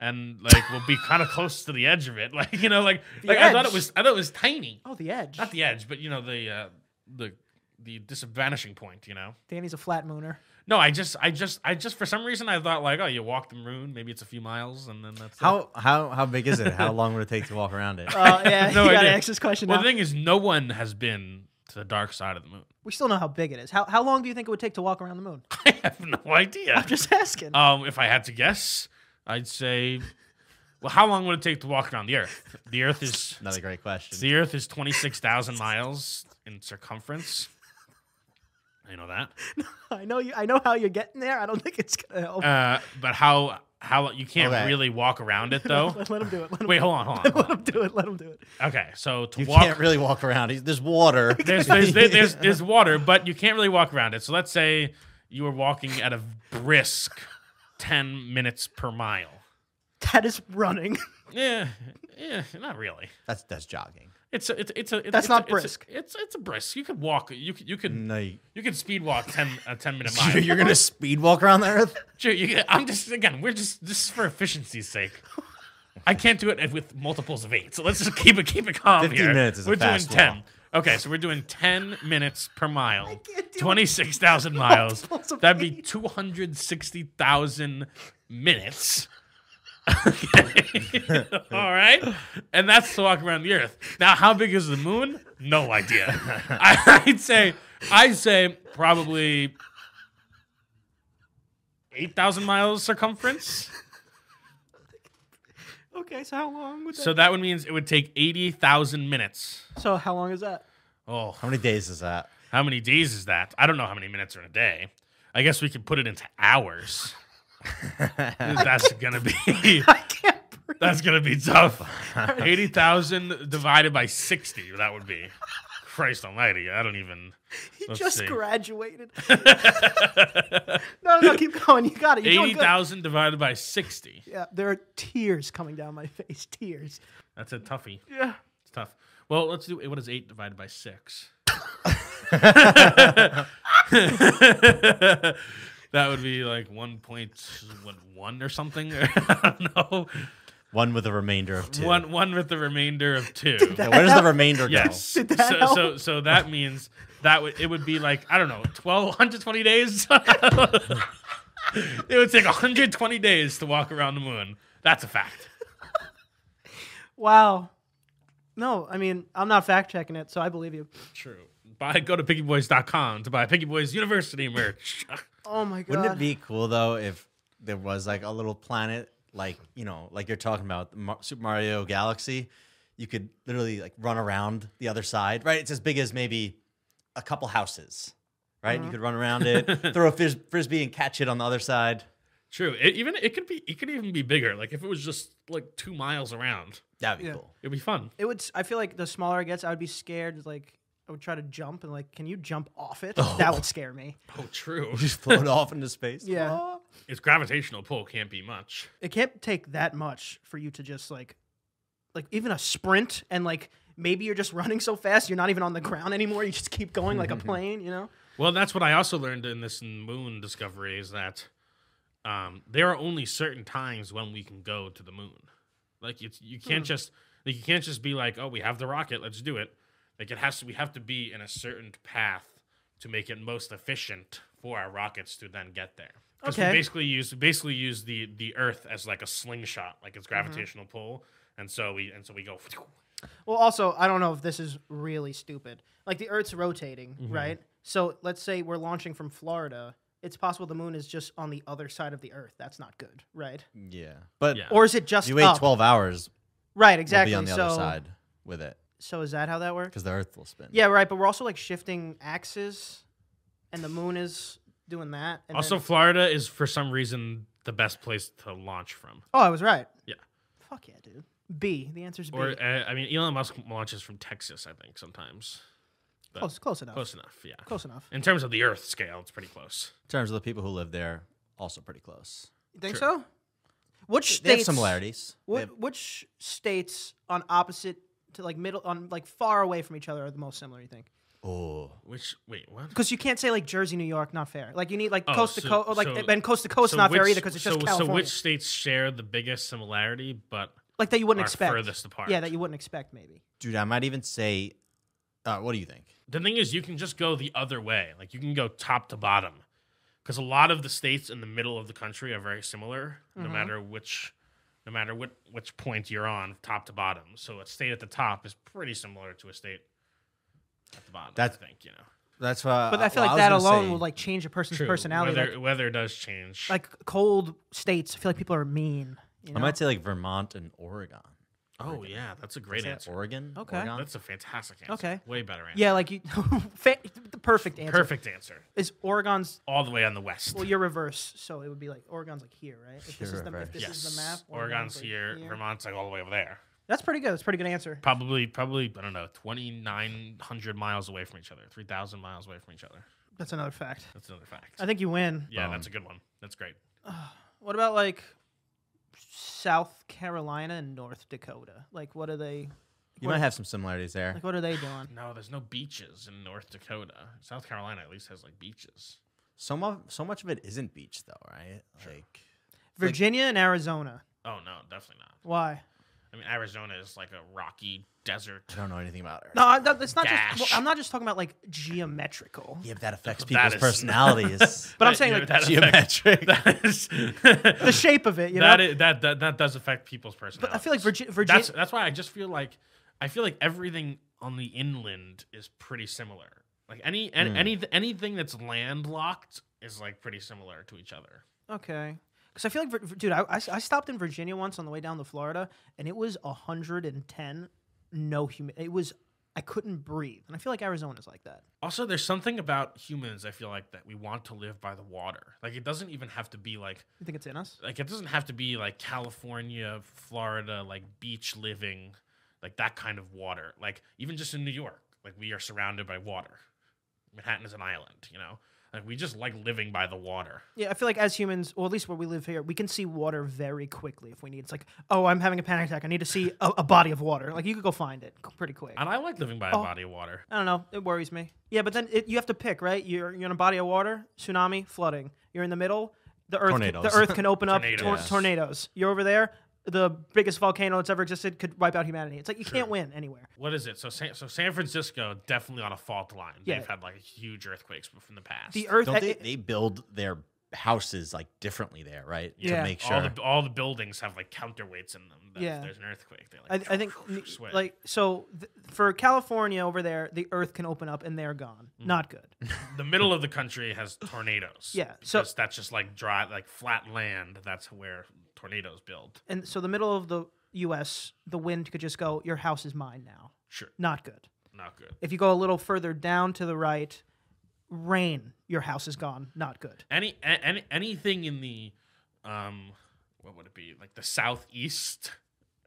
Speaker 2: and like we'll be kind of close to the edge of it. Like you know, like like I thought it
Speaker 1: edge.
Speaker 2: was I thought it was tiny,
Speaker 1: Oh, the edge.
Speaker 2: not the edge, but you know the uh, the the disadvantaging point. You know.
Speaker 1: Danny's a flat mooner.
Speaker 2: No, I just, I just, I just, for some reason, I thought like, oh, you walk the moon, maybe it's a few miles, and then that's it.
Speaker 3: how how how big is it? How long would it take to walk around it?
Speaker 1: Uh, yeah,
Speaker 2: no
Speaker 1: you gotta
Speaker 2: idea.
Speaker 1: ask this question
Speaker 2: Well,
Speaker 1: now.
Speaker 2: the thing is, no one has been to the dark side of the moon.
Speaker 1: we still know how big it is. How how long do you think it would take to walk around the moon?
Speaker 2: I have no idea.
Speaker 1: I'm just asking.
Speaker 2: Um, if I had to guess, I'd say, well, how long would it take to walk around the Earth? The Earth is
Speaker 3: Another great question.
Speaker 2: the Earth is twenty six thousand miles in circumference. I know that.
Speaker 1: I know you. I know how you're getting there. I don't think it's gonna help.
Speaker 2: Uh, but how how you can't
Speaker 3: Okay.
Speaker 2: really walk around it though.
Speaker 1: let, let him do it. Let him,
Speaker 2: Wait, hold on, hold on.
Speaker 1: let
Speaker 2: Hold on.
Speaker 1: him do it. Let him do it.
Speaker 2: Okay, so to
Speaker 3: you
Speaker 2: walk
Speaker 3: can't really walk around. There's water.
Speaker 2: there's, there's, there- there's, there's water, but you can't really walk around it. So let's say you were walking at a brisk 10 minutes per mile.
Speaker 1: That is running.
Speaker 2: Yeah, yeah, not really.
Speaker 3: that's that's jogging.
Speaker 2: It's a, it's a- it's a, it's
Speaker 1: That's
Speaker 2: it's
Speaker 1: not
Speaker 2: a-
Speaker 1: brisk.
Speaker 2: It's a, it's, it's a brisk. You could walk. You could you could
Speaker 3: No, you-
Speaker 2: you could speed walk 10 a 10 minute mile.
Speaker 3: You're gonna speed walk around the Earth.
Speaker 2: Sure, you could- I'm just again, we're just this is for efficiency's sake. I can't do it with multiples of eight, so let's just keep it keep it calm
Speaker 3: 15
Speaker 2: here.
Speaker 3: minutes is a
Speaker 2: we're
Speaker 3: fast
Speaker 2: doing ten.
Speaker 3: walk.
Speaker 2: Okay, so we're doing ten minutes per mile.
Speaker 1: can't do
Speaker 2: Twenty six thousand miles.
Speaker 1: multiples of
Speaker 2: That'd be two hundred sixty thousand minutes. Okay. All right, and that's to walk around the Earth. Now, how big is the Moon? No idea. I, I'd say, I'd say probably eight thousand miles circumference.
Speaker 1: Okay, so how long would that?
Speaker 2: So that would mean it would take 80,000 minutes.
Speaker 1: so how long is that?
Speaker 2: Oh,
Speaker 3: How many days is that?
Speaker 2: how many days is that? I don't know how many minutes are in a day. I guess we could put it into hours. that's going to be
Speaker 1: I can't breathe.
Speaker 2: that's going to be tough. 80,000 divided by 60 that would be. Christ almighty. I don't even
Speaker 1: He
Speaker 2: Let's
Speaker 1: just
Speaker 2: see.
Speaker 1: graduated. no, no, keep going. You got it. You're doing good.
Speaker 2: 80,000 divided by 60.
Speaker 1: Yeah, there are tears coming down my face. Tears.
Speaker 2: That's a toughie.
Speaker 1: Yeah.
Speaker 2: It's tough. Well, let's do what is 8 divided by 6? that would be like 1.1 or something. I don't know.
Speaker 3: One with a remainder of two.
Speaker 2: One, one with the remainder of 2.
Speaker 3: Yeah, where does the remainder go?
Speaker 2: Yes.
Speaker 1: Did that
Speaker 2: so,
Speaker 1: help?
Speaker 2: so so that means that would it would be like I don't know 12, 120 days. it would take 120 days to walk around the moon. That's a fact.
Speaker 1: Wow. No, I mean I'm not fact checking it, so I believe you.
Speaker 2: True. Buy go to piggyboys.com to buy Piggy Boys University merch.
Speaker 1: Oh my god.
Speaker 3: Wouldn't it be cool though if there was like a little planet, like you know, like you're talking about the Mar- Super Mario Galaxy? You could literally like run around the other side, right? It's as big as maybe a couple houses, right? You could run around it, throw a fris- frisbee, and catch it on the other side.
Speaker 2: True. It even it could be it could even be bigger. Like if it was just like two miles around.
Speaker 3: That'd be
Speaker 1: Yeah.
Speaker 3: cool.
Speaker 2: It'd be fun.
Speaker 1: It would. I feel like the smaller it gets, I would be scared. Like I would try to jump and like, can you jump off it? That would scare me.
Speaker 2: Oh, true.
Speaker 3: Float off into space.
Speaker 1: Yeah.
Speaker 2: Its gravitational pull can't be much.
Speaker 1: It can't take that much for you to just like, like even a sprint and like maybe you're just running so fast you're not even on the ground anymore. You just keep going like a plane. You know.
Speaker 2: Well, that's what I also learned in this moon discovery is that um, there are only certain times when we can go to the moon. Like it's you
Speaker 1: Hmm.
Speaker 2: can't just like you can't just be like, oh, we have the rocket, let's do it. Like it has to we have to be in a certain path to make it most efficient for our rockets to then get there. 'Cause
Speaker 1: Okay.
Speaker 2: We basically use basically use the the Earth as like a slingshot, like
Speaker 1: Mm-hmm.
Speaker 2: its gravitational pull, and so we and so we go.
Speaker 1: Well, also, I don't know if this is really stupid. Like the Earth's rotating,
Speaker 3: Mm-hmm.
Speaker 1: right? So let's say we're launching from Florida. It's possible the moon is just on the other side of the Earth. That's not good, right?
Speaker 3: Yeah. But
Speaker 2: Yeah.
Speaker 1: Or is it just
Speaker 3: you wait
Speaker 1: up?
Speaker 3: 12 hours,
Speaker 1: Right,
Speaker 3: we'll
Speaker 1: exactly.
Speaker 3: be on the
Speaker 1: so,
Speaker 3: other side with it
Speaker 1: so is that how that works?
Speaker 3: because the Earth will spin.
Speaker 1: Yeah, right. But we're also like shifting axes, and the moon is doing that. And
Speaker 2: Also,
Speaker 1: then-
Speaker 2: Florida is for some reason the best place to launch from.
Speaker 1: oh, I was right.
Speaker 2: Yeah.
Speaker 1: Fuck yeah, dude. B. The answer's B.
Speaker 2: Or uh, I mean, Elon Musk launches from Texas, I think sometimes. but
Speaker 1: close, close enough.
Speaker 2: Close enough, yeah.
Speaker 1: Close enough.
Speaker 2: In terms of the Earth scale, it's pretty close.
Speaker 3: In terms of the people who live there, also pretty close.
Speaker 1: You think
Speaker 2: True.
Speaker 1: so? Which
Speaker 3: They have
Speaker 1: states-
Speaker 3: similarities. They
Speaker 1: What,
Speaker 3: have-
Speaker 1: Which states on opposite to like middle on like far away from each other are the most similar? You think?
Speaker 3: oh,
Speaker 2: Which wait, what?
Speaker 1: Because you can't say like Jersey, New York, not fair. Like you need like
Speaker 2: Oh,
Speaker 1: coast to
Speaker 2: so-
Speaker 1: coast, or like
Speaker 2: so-
Speaker 1: and coast to coast, not fair either because it's just
Speaker 2: so,
Speaker 1: California.
Speaker 2: So which states share the biggest similarity, but
Speaker 1: like that you wouldn't
Speaker 2: are
Speaker 1: expect.
Speaker 2: furthest apart?
Speaker 1: Yeah, that you wouldn't expect maybe.
Speaker 3: dude, I might even say, uh, what do you think?
Speaker 2: the thing is, you can just go the other way. Like you can go top to bottom, because a lot of the states in the middle of the country are very similar, no
Speaker 1: Mm-hmm.
Speaker 2: matter which, no matter what which point you're on, top to bottom. So a state at the top is pretty similar to a state at the bottom.
Speaker 3: That's-
Speaker 2: I think you know.
Speaker 3: That's why.
Speaker 1: But I feel like that alone will like change a person's personality.
Speaker 2: Weather,
Speaker 1: Like,
Speaker 2: weather does change.
Speaker 1: like cold states, I feel like people are mean. You
Speaker 3: I
Speaker 1: know?
Speaker 3: might say like Vermont and Oregon.
Speaker 2: oh yeah, that's a great
Speaker 3: Is that
Speaker 2: answer.
Speaker 3: Oregon.
Speaker 1: Okay.
Speaker 3: Oregon?
Speaker 2: That's a fantastic answer.
Speaker 1: Okay.
Speaker 2: Way better answer.
Speaker 1: yeah, like you, fa- the perfect answer
Speaker 2: Perfect answer.
Speaker 1: is Oregon's.
Speaker 2: All the way on the west.
Speaker 1: Well, you're reverse, so it would be like Oregon's like here, right? If this
Speaker 3: You're
Speaker 1: is the if
Speaker 3: reverse.
Speaker 1: this
Speaker 2: yes.
Speaker 1: is the map,
Speaker 2: Oregon's
Speaker 1: like,
Speaker 2: here, Vermont's like all the way over there.
Speaker 1: That's pretty good. That's a pretty good answer.
Speaker 2: Probably, probably, I don't know, 2,900 miles away from each other, 3,000 miles away from each other.
Speaker 1: That's another fact.
Speaker 2: That's another fact.
Speaker 1: I think you win.
Speaker 2: yeah,
Speaker 3: Boom.
Speaker 2: that's a good one. That's great.
Speaker 1: What about like South Carolina and North Dakota? Like, what are they?
Speaker 3: You might have some similarities there.
Speaker 1: Like, what are they doing?
Speaker 2: No, there's no beaches in North Dakota. South Carolina at least has like beaches.
Speaker 3: So much, so much of it isn't beach though, right? Like,
Speaker 1: Virginia and Arizona.
Speaker 2: Oh, no, definitely not.
Speaker 1: Why?
Speaker 2: I mean, Arizona is like a rocky desert.
Speaker 3: I don't know anything about it.
Speaker 1: No, I- that- it's not just. Well,
Speaker 2: Dash.
Speaker 1: I'm not just talking about like geometrical.
Speaker 3: Yeah, but that affects
Speaker 2: That
Speaker 3: people's
Speaker 2: is-
Speaker 3: personalities.
Speaker 1: But I'm saying,
Speaker 2: yeah,
Speaker 1: like,
Speaker 2: that affects-
Speaker 3: Geometric.
Speaker 2: That is.
Speaker 1: The shape of it, you
Speaker 2: That
Speaker 1: know.
Speaker 2: is- that that that does affect people's personalities.
Speaker 1: I feel like Virgi-
Speaker 2: That's
Speaker 1: Virginia.
Speaker 2: that's why I just feel like I feel like everything on the inland is pretty similar. Like any
Speaker 1: Hmm.
Speaker 2: an- any anything that's landlocked is like pretty similar to each other.
Speaker 1: Okay. Because I feel like, Vir- Vir- dude, I, I, I stopped in Virginia once on the way down to Florida, and it was 110, no human. It was, I couldn't breathe. And I feel like Arizona's like that.
Speaker 2: Also, there's something about humans I feel like that we want to live by the water. Like it doesn't even have to be like
Speaker 1: You think it's in us?
Speaker 2: like it doesn't have to be like California, Florida, like beach living, like that kind of water. Like even just in New York, like we are surrounded by water. Manhattan is an island, you know. Like we just like living by the water.
Speaker 1: Yeah, I feel like as humans, or at least where we live here, we can see water very quickly if we need. It's like, oh, I'm having a panic attack. I need to see a, a body of water. Like you could go find it c- pretty quick.
Speaker 2: And I like living by
Speaker 1: Oh.
Speaker 2: a body of water.
Speaker 1: I don't know. It worries me. Yeah, but then it, you have to pick, right? You're, you're in a body of water, tsunami, flooding. You're in the middle. The earth,
Speaker 3: Tornadoes.
Speaker 1: the earth can open up tor-
Speaker 2: Tornadoes.
Speaker 1: tornadoes. You're over there. The biggest volcano that's ever existed could wipe out humanity. It's like you can't win anywhere.
Speaker 2: What is it? So San, so San Francisco definitely on a fault line.
Speaker 1: Yeah.
Speaker 2: They've had like huge earthquakes from the past.
Speaker 1: The earth.
Speaker 3: Don't they?
Speaker 1: it-
Speaker 3: They build their houses like differently there, right?
Speaker 1: Yeah.
Speaker 3: To make
Speaker 2: all
Speaker 3: sure.
Speaker 2: the all the buildings have like counterweights in them. That
Speaker 1: Yeah.
Speaker 2: if there's an earthquake, they
Speaker 1: I,
Speaker 2: like.
Speaker 1: I think
Speaker 2: sway.
Speaker 1: like so th- for California over there, the earth can open up and they're gone. Not good.
Speaker 2: the middle of the country has tornadoes.
Speaker 1: Yeah, so-
Speaker 2: so that's just like dry, like flat land. That's where tornadoes build.
Speaker 1: And so the middle of the U.S., the wind could just go, "Your house is mine now."
Speaker 2: Sure,
Speaker 1: Not good.
Speaker 2: not good.
Speaker 1: If you go a little further down to the right, rain, your house is gone. Not good.
Speaker 2: Any a- any anything in the, um, what would it be like the southeast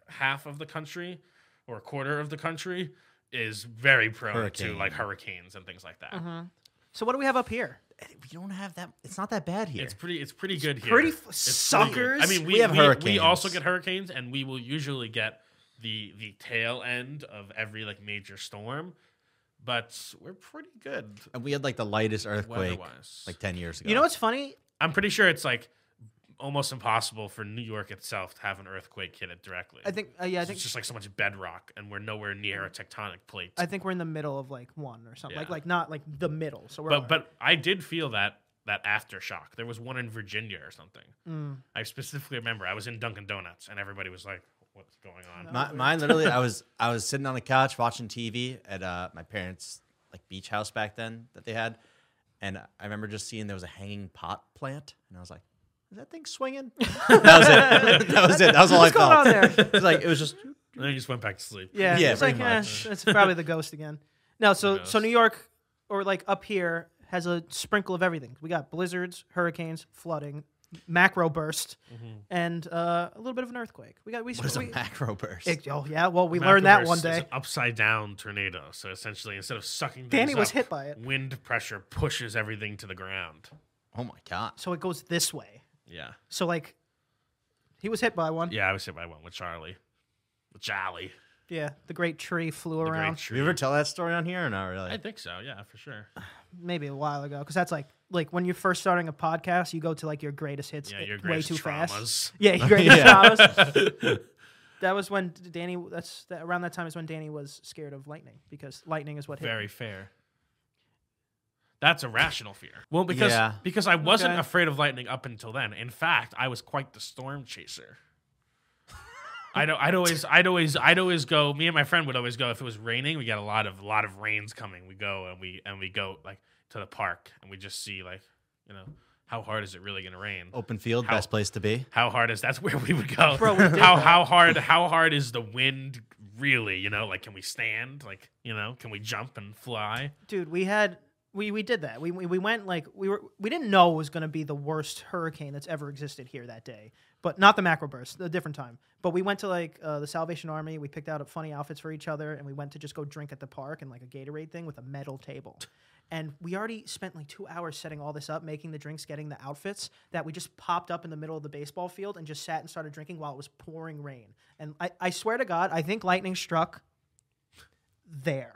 Speaker 2: half of the country or a quarter of the country is very prone to
Speaker 3: Hurricane.
Speaker 2: like hurricanes and things like that.
Speaker 1: So what do we have up here?
Speaker 3: We don't have that. It's not that bad here.
Speaker 2: It's pretty. It's pretty good here.
Speaker 1: pretty f-
Speaker 2: It's pretty good. I
Speaker 1: suckers.
Speaker 2: mean, we,
Speaker 3: We have
Speaker 2: we, We
Speaker 3: hurricanes.
Speaker 2: also get hurricanes, and we will usually get the the tail end of every like major storm. But we're pretty good
Speaker 3: and we had like the lightest earthquake
Speaker 2: weather-wise.
Speaker 3: like 10 years ago.
Speaker 1: You know what's funny?
Speaker 2: I'm pretty sure it's like almost impossible for New York itself to have an earthquake hit it directly.
Speaker 1: I think uh, yeah, I
Speaker 2: It's
Speaker 1: think
Speaker 2: just like so much bedrock, and we're nowhere near a tectonic plate.
Speaker 1: I think we're in the middle of like one or something. Like
Speaker 2: Yeah.
Speaker 1: like not like the middle. So we're
Speaker 2: but but I did feel that that aftershock. There was one in Virginia or something.
Speaker 1: Mm.
Speaker 2: I specifically remember I was in Dunkin' Donuts, and everybody was like, "What's going on?"
Speaker 1: Uh,
Speaker 3: My, mine literally, I was I was sitting on the couch watching TV at uh, my parents' like beach house back then that they had, and I remember just seeing there was a hanging pot plant, and I was like, "Is that thing swinging?" that was it. That was it. That was all
Speaker 1: What's
Speaker 3: I
Speaker 1: going
Speaker 3: felt.
Speaker 1: on there?
Speaker 3: It was like it was just
Speaker 2: And then you just went back to sleep.
Speaker 1: yeah,
Speaker 3: Yeah,
Speaker 1: it's like
Speaker 3: pretty
Speaker 1: eh,
Speaker 3: much.
Speaker 1: it's probably the ghost again. No, so so
Speaker 2: knows?
Speaker 1: New York or like up here has a sprinkle of everything. We got blizzards, hurricanes, flooding, macro burst,
Speaker 2: Mm-hmm.
Speaker 1: and uh, a little bit of an earthquake. We got we.
Speaker 3: what is a
Speaker 1: we
Speaker 3: macro burst?
Speaker 1: it- oh yeah, well we
Speaker 2: Macroverse
Speaker 1: learned that one
Speaker 2: is
Speaker 1: day.
Speaker 2: an upside down tornado. So essentially, instead of sucking,
Speaker 1: Danny
Speaker 2: things
Speaker 1: was
Speaker 2: up,
Speaker 1: hit by it.
Speaker 2: Wind pressure pushes everything to the ground.
Speaker 3: oh my god!
Speaker 1: So it goes this way.
Speaker 2: Yeah,
Speaker 1: So like, he was hit by one.
Speaker 2: yeah. I was hit by one with Charlie, with Jolly,
Speaker 1: Yeah, the great tree flew
Speaker 2: the
Speaker 1: around
Speaker 2: great
Speaker 3: Did we
Speaker 2: tree.
Speaker 3: ever tell that story on here or not really?
Speaker 2: I think so. Yeah, for sure.
Speaker 1: maybe a while ago because that's like like when you're first starting a podcast, you go to like your greatest hits
Speaker 2: Yeah,
Speaker 1: like,
Speaker 2: your
Speaker 1: way
Speaker 2: greatest
Speaker 1: too fast.
Speaker 2: traumas.
Speaker 1: Yeah, your greatest
Speaker 3: Yeah.
Speaker 1: traumas. That was when Danny. That's that, around that time is when Danny was scared of lightning because lightning is what hit.
Speaker 2: Very fair. That's a rational fear. Well, because
Speaker 3: Yeah.
Speaker 2: because I wasn't
Speaker 1: Okay.
Speaker 2: afraid of lightning up until then. In fact, I was quite the storm chaser. I'd, I'd always I'd always I'd always go. Me and my friend would always go if it was raining. We got a lot of lot of rains coming. We go and we and we go like to the park and we just see like you know how hard is it really going to rain?
Speaker 3: Open field,
Speaker 2: How-
Speaker 3: best place to be.
Speaker 2: How hard is that's where we would go?
Speaker 1: Bro, we did
Speaker 2: how how hard how hard is the wind really? You know, like can we stand? Like you know, can we jump and fly?
Speaker 1: Dude, we had we we did that. We we, we went like we were we didn't know it was going to be the worst hurricane that's ever existed here that day. But not the macro burst, a different time. But we went to like uh, the Salvation Army. We picked out funny outfits for each other, and we went to just go drink at the park and like a Gatorade thing with a metal table. And we already spent like two hours setting all this up, making the drinks, getting the outfits that we just popped up in the middle of the baseball field and just sat and started drinking while it was pouring rain. And I, I swear to God, I think lightning struck there,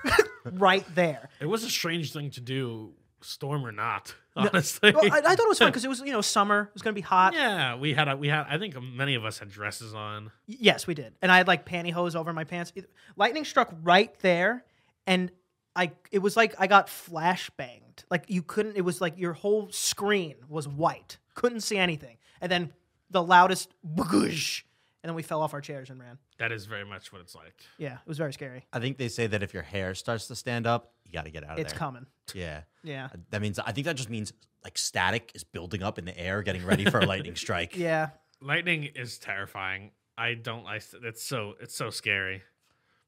Speaker 1: right there.
Speaker 2: It was a strange thing to do, storm or not. Honestly,
Speaker 1: Well, I, I thought it was fun because it was you know summer. It was gonna be hot.
Speaker 2: yeah, we had a, we had. I think many of us had dresses on.
Speaker 1: Y- Yes, we did. And I had like pantyhose over my pants. It- lightning struck right there, and I it was like I got flashbanged. Like you couldn't. It was like your whole screen was white. Couldn't see anything. And then the loudest boosh, and then we fell off our chairs and ran.
Speaker 2: That is very much what it's like.
Speaker 1: Yeah, it was very scary.
Speaker 3: I think they say that if your hair starts to stand up, you got to get out of
Speaker 1: It's
Speaker 3: there.
Speaker 1: coming.
Speaker 3: Yeah.
Speaker 1: Yeah,
Speaker 3: That means I think that just means like static is building up in the air, getting ready for a lightning strike.
Speaker 1: yeah.
Speaker 2: Lightning is terrifying. I don't like. It's so it's so scary,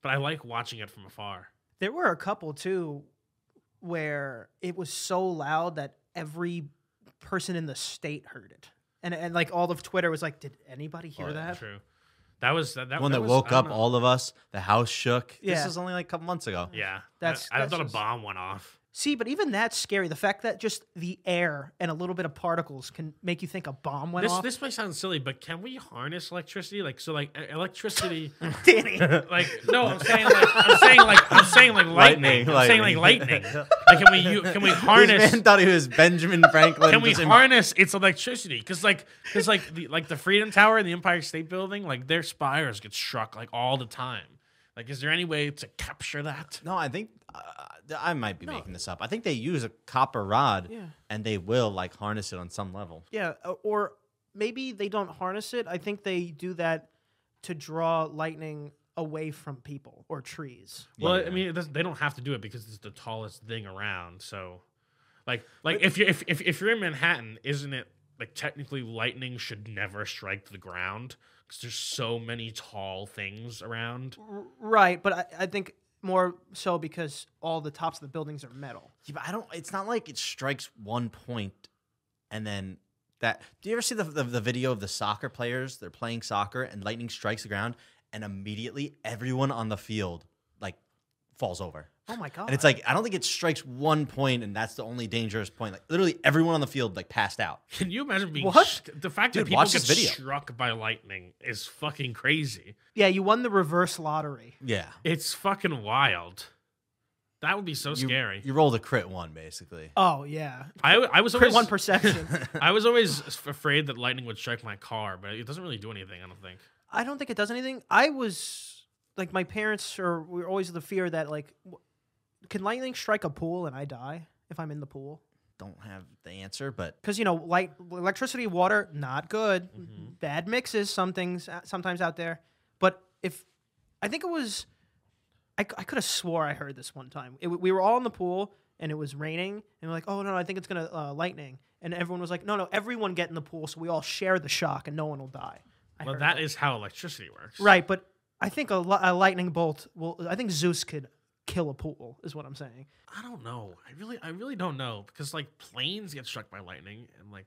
Speaker 2: but I like watching it from afar.
Speaker 1: There were a couple too where it was so loud that every person in the state heard it. And, and like all of Twitter was like, did anybody hear that?
Speaker 2: Oh, True. That was that. that
Speaker 3: One that
Speaker 2: was-
Speaker 3: woke
Speaker 2: I don't
Speaker 3: up,
Speaker 2: know.
Speaker 3: all of us. The house shook.
Speaker 1: Yeah.
Speaker 3: This was only like a couple months ago.
Speaker 2: Yeah,
Speaker 1: That's-
Speaker 2: I, I
Speaker 1: that's
Speaker 2: thought
Speaker 1: just-
Speaker 2: a bomb went off.
Speaker 1: See, but even that's scary. The fact that just the air and a little bit of particles can make you think a bomb went
Speaker 2: This
Speaker 1: off.
Speaker 2: this may sound silly, but can we harness electricity? Like so, like e- electricity.
Speaker 1: Danny,
Speaker 2: like no, I'm saying like I'm saying like I'm saying like lightning.
Speaker 3: Lightning,
Speaker 2: I'm saying like lightning. Like can we u- can we
Speaker 3: This
Speaker 2: harness
Speaker 3: man thought he was Benjamin Franklin.
Speaker 2: can we
Speaker 3: just in-
Speaker 2: harness its electricity? Because like because like the like the Freedom Tower and the Empire State Building, like their spires get struck like all the time. Like, is there any way to capture that?
Speaker 3: no, I think uh, I might be making this up. I think they use a copper rod,
Speaker 1: Yeah.
Speaker 3: and they will like harness it on some level.
Speaker 1: yeah, o- or maybe they don't harness it. I think they do that to draw lightning away from people or trees.
Speaker 2: Well, I mean, it doesn't- they don't have to do it because it's the tallest thing around. So, like, like if you if, if if you're in Manhattan, isn't it like technically lightning should never strike the ground because there's so many tall things around.
Speaker 1: R- right, but I, I think more so because all the tops of the buildings are metal.
Speaker 3: Yeah, but I don't. It's not like it strikes one point, and then that. Do you ever see the, the, the video of the soccer players? They're playing soccer and lightning strikes the ground, and immediately everyone on the field like falls over.
Speaker 1: Oh my god!
Speaker 3: And it's like I don't think it strikes one point, and that's the only dangerous point. Like literally everyone on the field like passed out.
Speaker 2: Can you imagine being
Speaker 1: What?
Speaker 2: sh- the fact
Speaker 3: Dude,
Speaker 2: that people
Speaker 3: watch
Speaker 2: get
Speaker 3: this video.
Speaker 2: struck by lightning is fucking crazy.
Speaker 1: yeah, you won the reverse lottery.
Speaker 3: Yeah,
Speaker 2: It's fucking wild. That would be so
Speaker 3: you,
Speaker 2: scary.
Speaker 3: You roll the crit one basically.
Speaker 1: Oh yeah,
Speaker 2: I, I was
Speaker 1: crit
Speaker 2: always
Speaker 1: one perception.
Speaker 2: I was always f- afraid that lightning would strike my car, but it doesn't really do anything. I don't think.
Speaker 1: I don't think it does anything. I was like, my parents are we are always the fear that like, w- can lightning strike a pool and I die if I'm in the pool?
Speaker 3: Don't have the answer, but
Speaker 1: Because you know, light, electricity, water, not good. Bad mixes. Some things uh, sometimes out there. But if I think it was, I, c- I could have swore I heard this one time. It, w- we were all in the pool and it was raining and we're like, oh no, I think it's gonna uh, lightning. And everyone was like, no, no, everyone get in the pool so we all share the shock and no one will die. I
Speaker 2: Well,
Speaker 1: heard
Speaker 2: that is how electricity works.
Speaker 1: Right, but I think a, li- a lightning bolt will. I think Zeus could kill a pool. Is what I'm saying.
Speaker 2: I don't know. I really, I really don't know because like planes get struck by lightning and like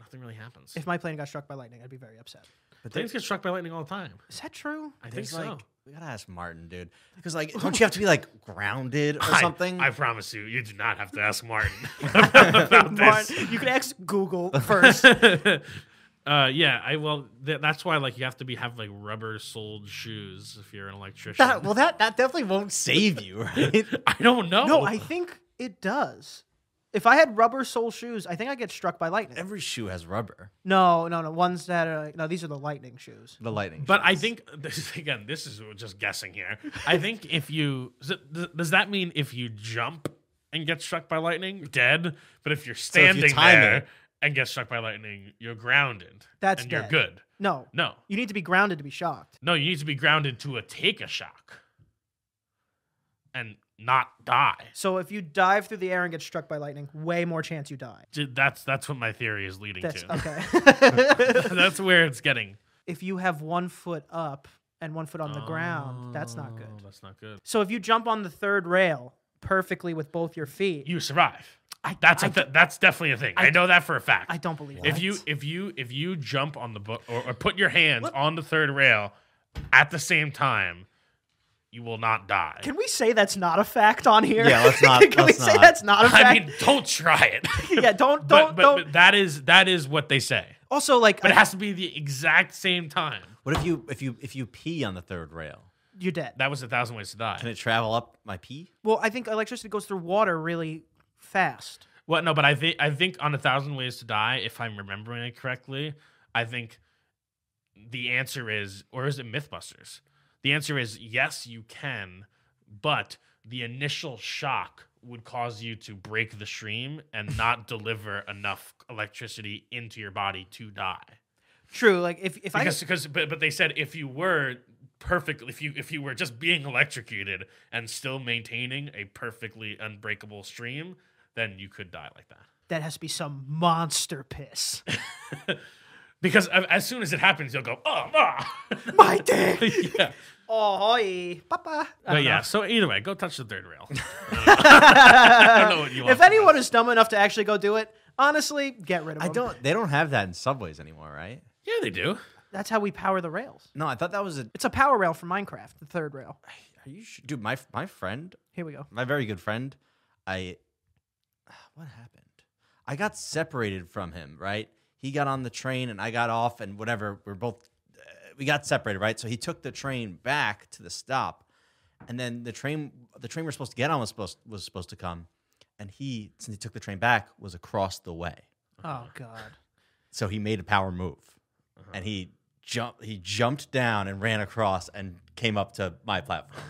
Speaker 2: nothing really happens.
Speaker 1: If my plane got struck by lightning, I'd be very upset.
Speaker 3: but
Speaker 2: planes get struck by lightning all the time.
Speaker 1: Is that true?
Speaker 2: I think
Speaker 3: there's
Speaker 2: so.
Speaker 3: like we gotta ask Martin, dude, because like don't you have to be like grounded or
Speaker 2: I-
Speaker 3: something?
Speaker 2: I, promise you, you do not have to ask Martin about this.
Speaker 1: Martin, you could ask Google first.
Speaker 2: Uh, yeah, I well, th- that's why like you have to be have like rubber soled shoes if you're an electrician.
Speaker 3: that, well, that that definitely won't save you, right?
Speaker 2: I don't know.
Speaker 1: no, I think it does. If I had rubber sole shoes, I think I'd get struck by lightning.
Speaker 3: Every shoe has rubber.
Speaker 1: No, no, no. Ones that are no. These are the lightning shoes.
Speaker 3: The lightning.
Speaker 2: But I think this, again, this is just guessing here. I think if you so th- does that mean if you jump and get struck by lightning, dead. But if you're
Speaker 3: if you
Speaker 2: standing
Speaker 3: time
Speaker 2: there
Speaker 3: it-
Speaker 2: and get struck by lightning, you're grounded.
Speaker 1: That's
Speaker 2: and you're
Speaker 1: dead.
Speaker 2: good.
Speaker 1: No,
Speaker 2: No,
Speaker 1: you need to be grounded to be shocked.
Speaker 2: no, you need to be grounded to a take a shock and not die.
Speaker 1: So if you dive through the air and get struck by lightning, way more chance you die.
Speaker 2: Dude, That's that's what my theory is leading
Speaker 1: That's
Speaker 2: to.
Speaker 1: okay.
Speaker 2: that's where it's getting.
Speaker 1: if you have one foot up and one foot on the ground, that's not
Speaker 2: Oh,
Speaker 1: good.
Speaker 2: That's not good.
Speaker 1: So if you jump on the third rail perfectly with both your feet,
Speaker 2: You survive.
Speaker 1: I,
Speaker 2: That's a
Speaker 1: I,
Speaker 2: th- that's definitely a thing. I, know that for a fact.
Speaker 1: I don't believe
Speaker 2: If
Speaker 1: that.
Speaker 2: you if you if you jump on the book or, or put your hands on the third rail at the same time, you will not die.
Speaker 1: can we say that's not a fact on here?
Speaker 3: Yeah, let's not-
Speaker 1: can
Speaker 3: let's
Speaker 1: we say
Speaker 3: not.
Speaker 1: that's not a fact?
Speaker 2: I mean, don't try it.
Speaker 1: yeah, don't don't
Speaker 2: but, but,
Speaker 1: don't.
Speaker 2: but that is that is what they say.
Speaker 1: also, like,
Speaker 2: But it
Speaker 1: I-
Speaker 2: has to be the exact same time.
Speaker 3: what if you if you if you pee on the third rail?
Speaker 1: you're dead.
Speaker 2: That was a thousand ways to
Speaker 3: Can
Speaker 2: die.
Speaker 3: it travel up my pee?
Speaker 1: Well, I think electricity goes through water really fast.
Speaker 2: Well, no, but I think I think on a thousand ways to die, if I'm remembering it correctly, I think the answer is, or is it MythBusters? The answer is yes, you can, but the initial shock would cause you to break the stream and not deliver enough electricity into your body to die.
Speaker 1: True. Like if if
Speaker 2: Because, because, but, but they said if you were perfect, if you if you were just being electrocuted and still maintaining a perfectly unbreakable stream, then you could die like that.
Speaker 1: I that has to be some monster piss.
Speaker 2: Because a- as soon as it happens, you'll go, oh, ah.
Speaker 1: My dick.
Speaker 2: yeah.
Speaker 1: Oh, hoi, papa. Uh, I
Speaker 2: But
Speaker 1: don't know.
Speaker 2: yeah, so either way, go touch the third rail. I don't know what you want.
Speaker 1: if anyone is dumb enough to actually go do it, honestly, get rid of
Speaker 3: I
Speaker 1: them.
Speaker 3: don't. They don't have that in subways anymore, right?
Speaker 2: Yeah, they do.
Speaker 1: That's how we power the rails.
Speaker 3: No, I thought that was a.
Speaker 1: It's a power rail for Minecraft, the third rail.
Speaker 3: Are you sh- dude? My my friend,
Speaker 1: Here we go.
Speaker 3: my very good friend, I. What happened? I got separated from him. Right? He got on the train and I got off, and whatever. We're both. Uh, we got separated, right? So he took the train back to the stop, and then the train the train we're supposed to get on was supposed was supposed to come, and he since he took the train back was across the way.
Speaker 1: Oh god.
Speaker 3: So he made a power move, and he jumped. He jumped down and ran across and came up to my platform.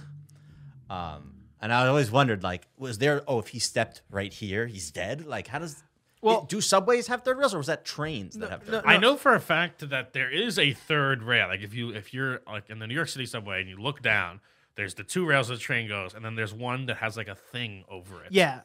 Speaker 3: Um, and I always wondered, like, was there? Oh, if he stepped right here, he's dead. Like, how does?
Speaker 1: Well-
Speaker 3: do subways have third rails, or was that trains that have third?
Speaker 1: no,
Speaker 3: rails?
Speaker 2: I know for a fact that there is a third rail. Like if you if you're like in the New York City subway and you look down, there's the two rails the train goes, and then there's one that has like a thing over it.
Speaker 1: Yeah.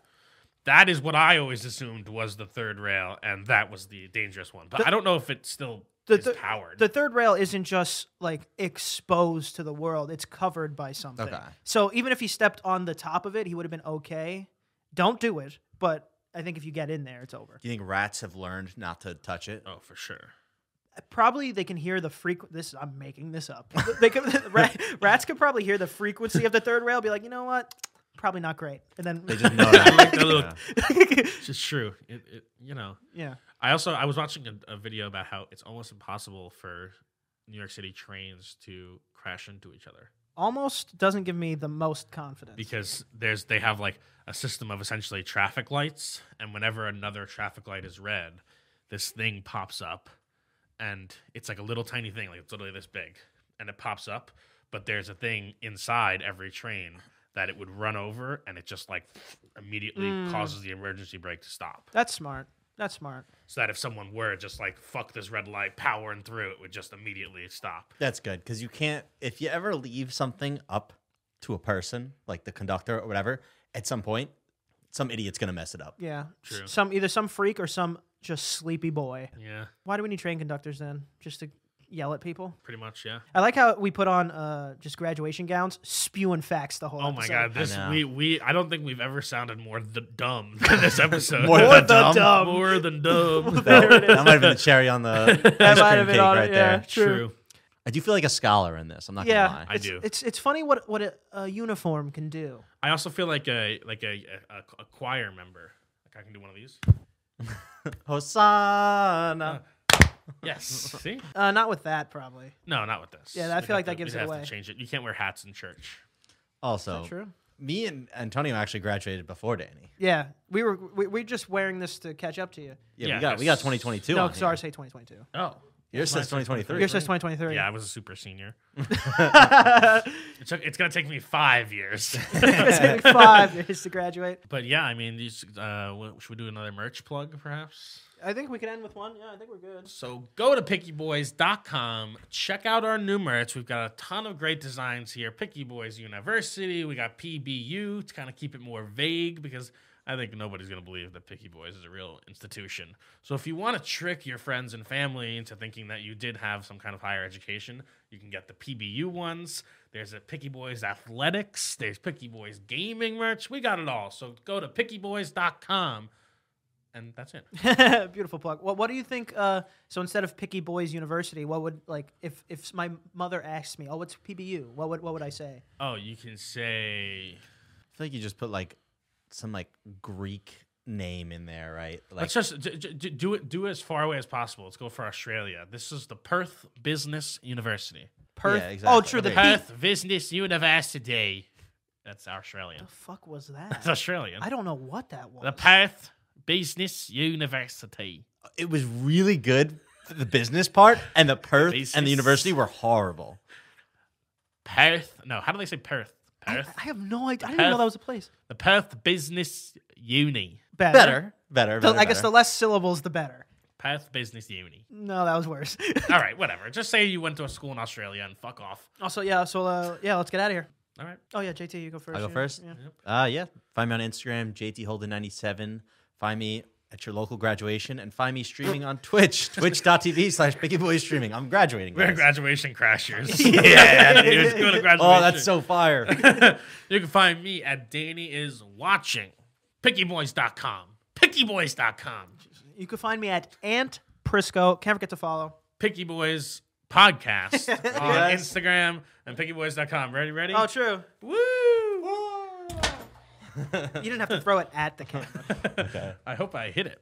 Speaker 2: That is what I always assumed was the third rail, and that was the dangerous one. But I don't know if it's still
Speaker 1: the-
Speaker 2: is
Speaker 1: the-
Speaker 2: powered.
Speaker 1: The third rail isn't just like exposed to the world, it's covered by something.
Speaker 3: Okay.
Speaker 1: So even if he stepped on the top of it, he would have been okay. Don't do it, but I I think if you get in there, it's over.
Speaker 3: Do you think rats have learned not to touch it?
Speaker 2: Oh, for sure.
Speaker 1: Probably they can hear the frequency. This I'm making this up. They could, ra- rats could probably hear the frequency of the third rail. Be like, you know what? Probably not great. And then
Speaker 3: They just know that.
Speaker 2: I like that little-
Speaker 3: Yeah.
Speaker 2: It's just true. It, it, you know.
Speaker 1: yeah.
Speaker 2: I also I was watching a, a video about how it's almost impossible for New York City trains to crash into each other
Speaker 1: almost doesn't give me the most confidence.
Speaker 2: because there's they have like a system of essentially traffic lights, and whenever another traffic light is red, this thing pops up, and it's like a little tiny thing, like it's literally this big, and it pops up, but there's a thing inside every train that it would run over, and it just like immediately causes the emergency brake to stop.
Speaker 1: That's smart. That's smart.
Speaker 2: so that if someone were just like fuck this red light powering through it would just immediately stop
Speaker 3: That's good because you can't. If you ever leave something up to a person, like the conductor or whatever, at some point, some idiot's gonna mess it up.
Speaker 1: Yeah. S-
Speaker 2: True.
Speaker 1: Some either some freak or some just sleepy boy.
Speaker 2: yeah
Speaker 1: Why do we need train conductors then? Just to yell at people?
Speaker 2: pretty much yeah
Speaker 1: I like how we put on uh, just graduation gowns, spewing facts the whole
Speaker 2: oh my
Speaker 1: episode.
Speaker 2: god this
Speaker 3: know.
Speaker 2: we we i don't think we've ever sounded more the dumb than this episode
Speaker 3: More More than than dumb?
Speaker 1: dumb.
Speaker 2: more than dumb
Speaker 1: There it
Speaker 3: that
Speaker 1: is.
Speaker 3: might have been the cherry on the ice
Speaker 1: might
Speaker 3: cream
Speaker 1: have been
Speaker 3: cake
Speaker 1: on it,
Speaker 3: right
Speaker 1: yeah.
Speaker 3: there.
Speaker 2: true.
Speaker 1: True.
Speaker 3: I do feel like a scholar in this. I'm not
Speaker 1: Yeah,
Speaker 3: gonna lie.
Speaker 2: I
Speaker 1: it's,
Speaker 2: do.
Speaker 1: It's it's funny what what a, a uniform can do.
Speaker 2: i also feel like a like a, a, a choir member like i can do one of these
Speaker 3: Hosanna.
Speaker 2: yes see
Speaker 1: Uh, not with that probably.
Speaker 2: no not with this
Speaker 1: Yeah, I
Speaker 2: We'd
Speaker 1: feel like
Speaker 2: have
Speaker 1: that gives
Speaker 2: we'd
Speaker 1: it
Speaker 2: have
Speaker 1: away.
Speaker 2: to change it you can't wear hats in church
Speaker 3: Also,
Speaker 1: True.
Speaker 3: me and Antonio actually graduated before Danny.
Speaker 1: Yeah, we were we, we're just wearing this to catch up to you.
Speaker 3: Yeah,
Speaker 2: Yeah,
Speaker 3: we got we got
Speaker 2: that's-
Speaker 3: 2022.
Speaker 1: no,
Speaker 3: on
Speaker 1: sorry,
Speaker 3: here.
Speaker 1: say 2022.
Speaker 2: oh
Speaker 3: Yours says 2023.
Speaker 1: Yours says 2023.
Speaker 2: yeah i was a super senior it took, it's gonna take me five years
Speaker 1: It's gonna be five years to graduate.
Speaker 2: But yeah, I mean, these. Uh, wh- should we do another merch plug, perhaps?
Speaker 1: I think we can end with one. Yeah, I think we're good.
Speaker 2: So go to pickyboys.com, check out our new merch. We've got a ton of great designs here. Picky Boys University, we got PBU to kind of keep it more vague because I think nobody's going to believe that Picky Boys is a real institution. So if you want to trick your friends and family into thinking that you did have some kind of higher education, you can get the PBU ones. There's a Picky Boys Athletics, there's Picky Boys Gaming merch. We got it all. So go to pickyboys.com and that's it.
Speaker 1: Beautiful plug. Well, what do you think? Uh, so instead of Picky Boys University, what would like if if my mother asked me, "Oh, what's PBU?" What would what would I say?
Speaker 2: Oh, you can say
Speaker 3: I feel like you just put like some like Greek name in there, right? Like
Speaker 2: Let's just d- d- d- do it. Do it as far away as possible. Let's go for Australia. This is the Perth Business University.
Speaker 1: Perth. Oh,
Speaker 3: exactly.
Speaker 1: true. The P.
Speaker 3: Okay.
Speaker 2: Perth Business University. That's Australian.
Speaker 1: The fuck was
Speaker 2: That's
Speaker 1: that?
Speaker 2: Australian.
Speaker 1: I don't know what that was.
Speaker 2: The Perth Business University.
Speaker 3: it was really good for the business part, and the Perth and
Speaker 2: Business.
Speaker 3: the university were horrible.
Speaker 2: Perth. No, how do they say Perth?
Speaker 1: I,
Speaker 2: Perth.
Speaker 1: I have no idea. I didn't even know
Speaker 2: Perth.
Speaker 1: that was a place.
Speaker 2: The Perth Business Uni.
Speaker 1: Better.
Speaker 3: Better, better.
Speaker 1: The-
Speaker 3: better
Speaker 1: I guess the
Speaker 3: better.
Speaker 1: less syllables, the better.
Speaker 2: Perth Business Uni.
Speaker 1: No, that was worse.
Speaker 2: All right, whatever. Just say you went to a school in Australia and fuck off.
Speaker 1: also, yeah. So uh, yeah, let's get out of here.
Speaker 2: All right.
Speaker 1: Oh yeah, JT, you go first.
Speaker 3: I'll go
Speaker 1: yeah,
Speaker 3: first?
Speaker 1: yeah.
Speaker 3: Uh, yeah. Find me on Instagram, JT JTHolden97. Find me at your local graduation, and find me streaming on Twitch, twitch.tv slash Picky Boy Streaming. I'm graduating.
Speaker 2: We're
Speaker 3: guys.
Speaker 2: graduation crashers. yeah, dude. Go to graduation.
Speaker 3: oh, that's so fire.
Speaker 2: you can find me at Danny is watching. Pickyboys.com. Pickyboys.com.
Speaker 1: You can find me at Ant Prisco. Can't forget to follow.
Speaker 2: Picky Boys podcast on
Speaker 3: Yes.
Speaker 2: Instagram and pickyboys.com. Ready, ready?
Speaker 1: Oh, true.
Speaker 2: Woo!
Speaker 1: You didn't have to throw it at the camera.
Speaker 2: I hope I hit it.